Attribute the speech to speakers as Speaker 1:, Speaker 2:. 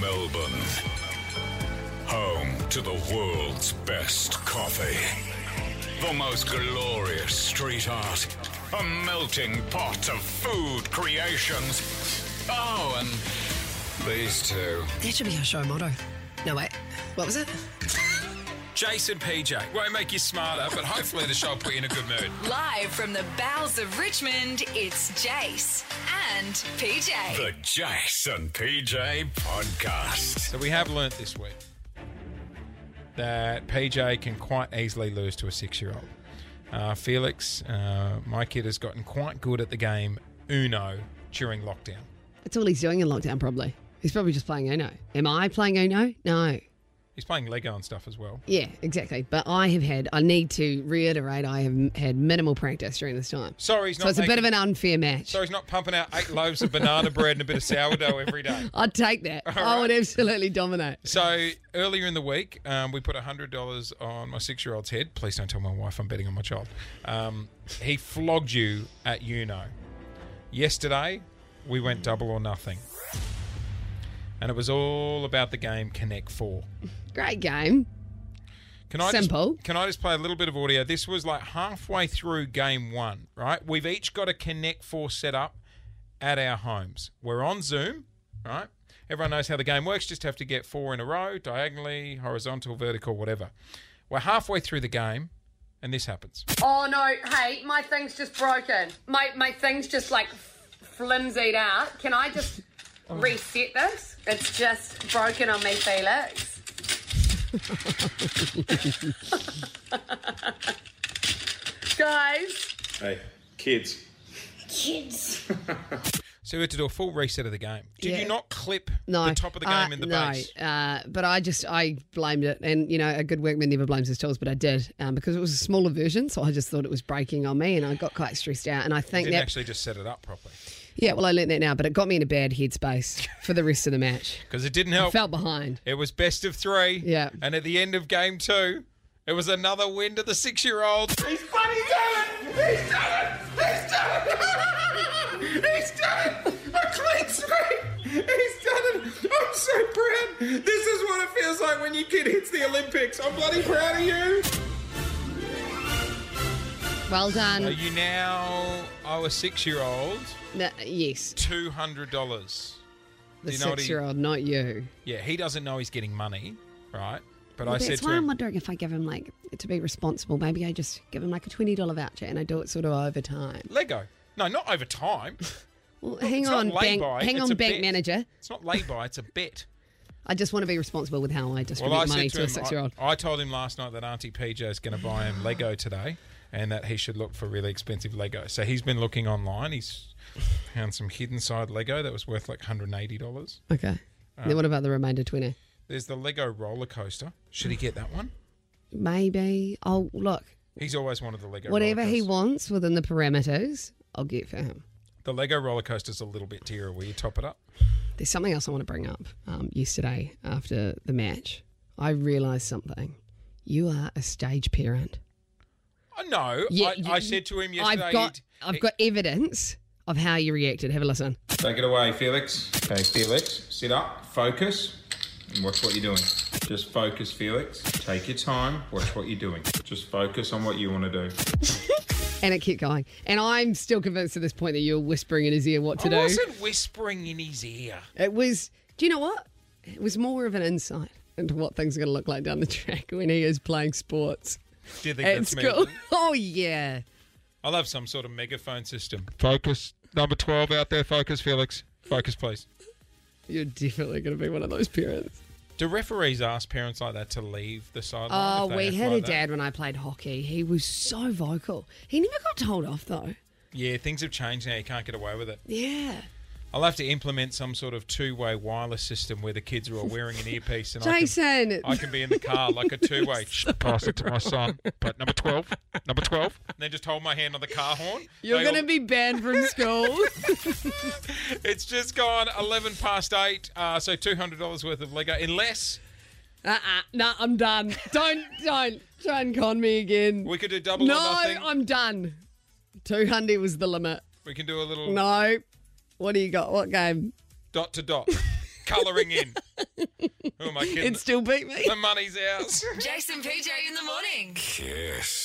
Speaker 1: Melbourne, home to the world's best coffee, the most glorious street art, a melting pot of food creations. Oh, and these two.
Speaker 2: That should be our show motto. No, wait. What was it?
Speaker 3: Jason PJ. Won't make you smarter, but hopefully the show will put you in a good mood.
Speaker 4: Live from the bowels of Richmond, it's Jace and PJ.
Speaker 1: The Jason PJ Podcast.
Speaker 3: So we have learnt this week that PJ can quite easily lose to a six-year-old. Uh, Felix, uh, my kid has gotten quite good at the game Uno during lockdown.
Speaker 2: That's all he's doing in lockdown, probably. He's probably just playing Uno. Am I playing Uno? No.
Speaker 3: He's playing Lego and stuff as well.
Speaker 2: Yeah, exactly. But I have had, I need to reiterate, I have m- had minimal practice during this time.
Speaker 3: Sorry, he's
Speaker 2: So
Speaker 3: not
Speaker 2: it's a bit of
Speaker 3: making-
Speaker 2: an unfair match.
Speaker 3: So he's not pumping out eight loaves of banana bread and a bit of sourdough every day.
Speaker 2: I'd take that. I would absolutely dominate.
Speaker 3: So earlier in the week, um, we put hundred dollars on my six-year-old's head. Please don't tell my wife I'm betting on my child. Um, he flogged you at Uno. Yesterday, we went double or nothing, and it was all about the game Connect Four.
Speaker 2: Great game.
Speaker 3: Can I
Speaker 2: Simple.
Speaker 3: Just, can I just play a little bit of audio? This was like halfway through game one, right? We've each got a Connect Four set up at our homes. We're on Zoom, right? Everyone knows how the game works. Just have to get four in a row, diagonally, horizontal, vertical, whatever. We're halfway through the game, and this happens.
Speaker 5: Oh no, hey, my thing's just broken. My my thing's just like flimsied out. Can I just
Speaker 3: Oh.
Speaker 5: reset this? It's just broken on me, Felix. Guys,
Speaker 6: Hey, kids.
Speaker 3: So we had to do a full reset of the game. Did
Speaker 2: Yeah.
Speaker 3: you not clip
Speaker 2: No.
Speaker 3: the top of the
Speaker 2: uh,
Speaker 3: game in the
Speaker 2: no,
Speaker 3: base?
Speaker 2: Uh, but I just, I blamed it. And, you know, a good workman never blames his tools, but I did um, because it was a smaller version. So I just thought it was breaking on me and I got quite stressed out. And I think
Speaker 3: Didn't
Speaker 2: that,
Speaker 3: actually just set it up properly
Speaker 2: yeah, well, I learned that now, but it got me in a bad headspace for the rest of the match.
Speaker 3: because it didn't
Speaker 2: I
Speaker 3: help.
Speaker 2: felt behind.
Speaker 3: It was best of three.
Speaker 2: Yeah.
Speaker 3: And at the end of game two, it was another win to the six year old.
Speaker 7: He's funny, doing it! He's doing it! He's done it! He's done it! A clean sweep! He's done it! I'm so proud! This is what it feels like when your kid hits the Olympics. I'm bloody proud of you!
Speaker 2: Well done.
Speaker 3: Are you now owe a six year old
Speaker 2: No, yes.
Speaker 3: two hundred dollars?
Speaker 2: The
Speaker 3: you know what he-
Speaker 2: six year old, not you.
Speaker 3: Yeah, he doesn't know he's getting money, right? But I
Speaker 2: Well,
Speaker 3: said
Speaker 2: that's
Speaker 3: to
Speaker 2: why I'm
Speaker 3: him,
Speaker 2: wondering if I give him like to be responsible. Maybe I just give him like a twenty dollar voucher and I do it sort of over time.
Speaker 3: Lego. No, not over time.
Speaker 2: Well, hang
Speaker 3: not
Speaker 2: on,
Speaker 3: lay
Speaker 2: bank,
Speaker 3: by,
Speaker 2: hang
Speaker 3: it's
Speaker 2: on,
Speaker 3: a
Speaker 2: bank
Speaker 3: bet.
Speaker 2: manager.
Speaker 3: It's not lay by, it's a bet.
Speaker 2: I just want to be responsible with how I distribute
Speaker 3: Well, I
Speaker 2: money
Speaker 3: said
Speaker 2: to,
Speaker 3: to
Speaker 2: a
Speaker 3: him,
Speaker 2: six year old.
Speaker 3: I, I told him last night that Auntie PJ is going to buy him Lego today, and that he should look for really expensive Lego. So he's been looking online. He's found some hidden side Lego that was worth like hundred and eighty dollars.
Speaker 2: Okay. then what about the remainder twenty?
Speaker 3: There's the Lego roller coaster. Should he get that one?
Speaker 2: Maybe. Oh, look,
Speaker 3: He's always wanted the Lego. roller
Speaker 2: whatever he
Speaker 3: coaster.
Speaker 2: wants within the parameters, I'll get for him.
Speaker 3: The Lego roller coaster's a little bit dearer. Will you top it up?
Speaker 2: There's something else I want to bring up. Um, yesterday after the match, I realised something. You are a stage parent.
Speaker 3: Oh, no. I, I said to him yesterday.
Speaker 2: I've got,
Speaker 3: he'd-
Speaker 2: I've
Speaker 3: he-
Speaker 2: got evidence of how you reacted. Have a listen.
Speaker 6: Take it away, Felix. Okay, Felix, sit up, focus, and watch what you're doing. Just focus, Felix. Take your time, watch what you're doing. Just focus on what you want to do.
Speaker 2: And it kept going. And I'm still convinced at this point that you're whispering in his ear what to
Speaker 3: I
Speaker 2: do.
Speaker 3: wasn't whispering in his ear.
Speaker 2: It was, do you know what? It was more of an insight into what things are going to look like down the track when he is playing sports
Speaker 3: Do you think
Speaker 2: at
Speaker 3: that's me?
Speaker 2: school. Oh, yeah.
Speaker 3: I'll have some sort of megaphone system. Focus. Number 12 out there. Focus, Felix. Focus, please.
Speaker 2: You're definitely going to be one of those parents.
Speaker 3: Do referees ask parents like that to leave the sideline?
Speaker 2: Oh,
Speaker 3: if they
Speaker 2: we
Speaker 3: act
Speaker 2: had
Speaker 3: like
Speaker 2: a
Speaker 3: that?
Speaker 2: dad when I played hockey. He was so vocal. He never got told off, though.
Speaker 3: Yeah, things have changed now. You can't get away with it.
Speaker 2: Yeah.
Speaker 3: I'll have to implement some sort of two-way wireless system where the kids are all wearing an earpiece, and
Speaker 2: Jason.
Speaker 3: I, can, I can be in the car like a two-way. Pass it to my son, but number twelve, number twelve, and then just hold my hand on the car horn.
Speaker 2: You're
Speaker 3: They
Speaker 2: going to
Speaker 3: all-
Speaker 2: be banned from school.
Speaker 3: It's just gone eleven past eight, uh, so two hundred dollars worth of Lego, unless
Speaker 2: Uh-uh. No, I'm done. Don't don't try and con me again.
Speaker 3: we could do double
Speaker 2: no,
Speaker 3: or nothing.
Speaker 2: I'm done. Two hundred was the limit.
Speaker 3: we can do a little
Speaker 2: No. What do you got? What game?
Speaker 3: dot to dot. colouring in. Who am I kidding?
Speaker 2: It still beat me.
Speaker 3: the money's ours.
Speaker 4: Jason PJ in the morning.
Speaker 1: Kiss.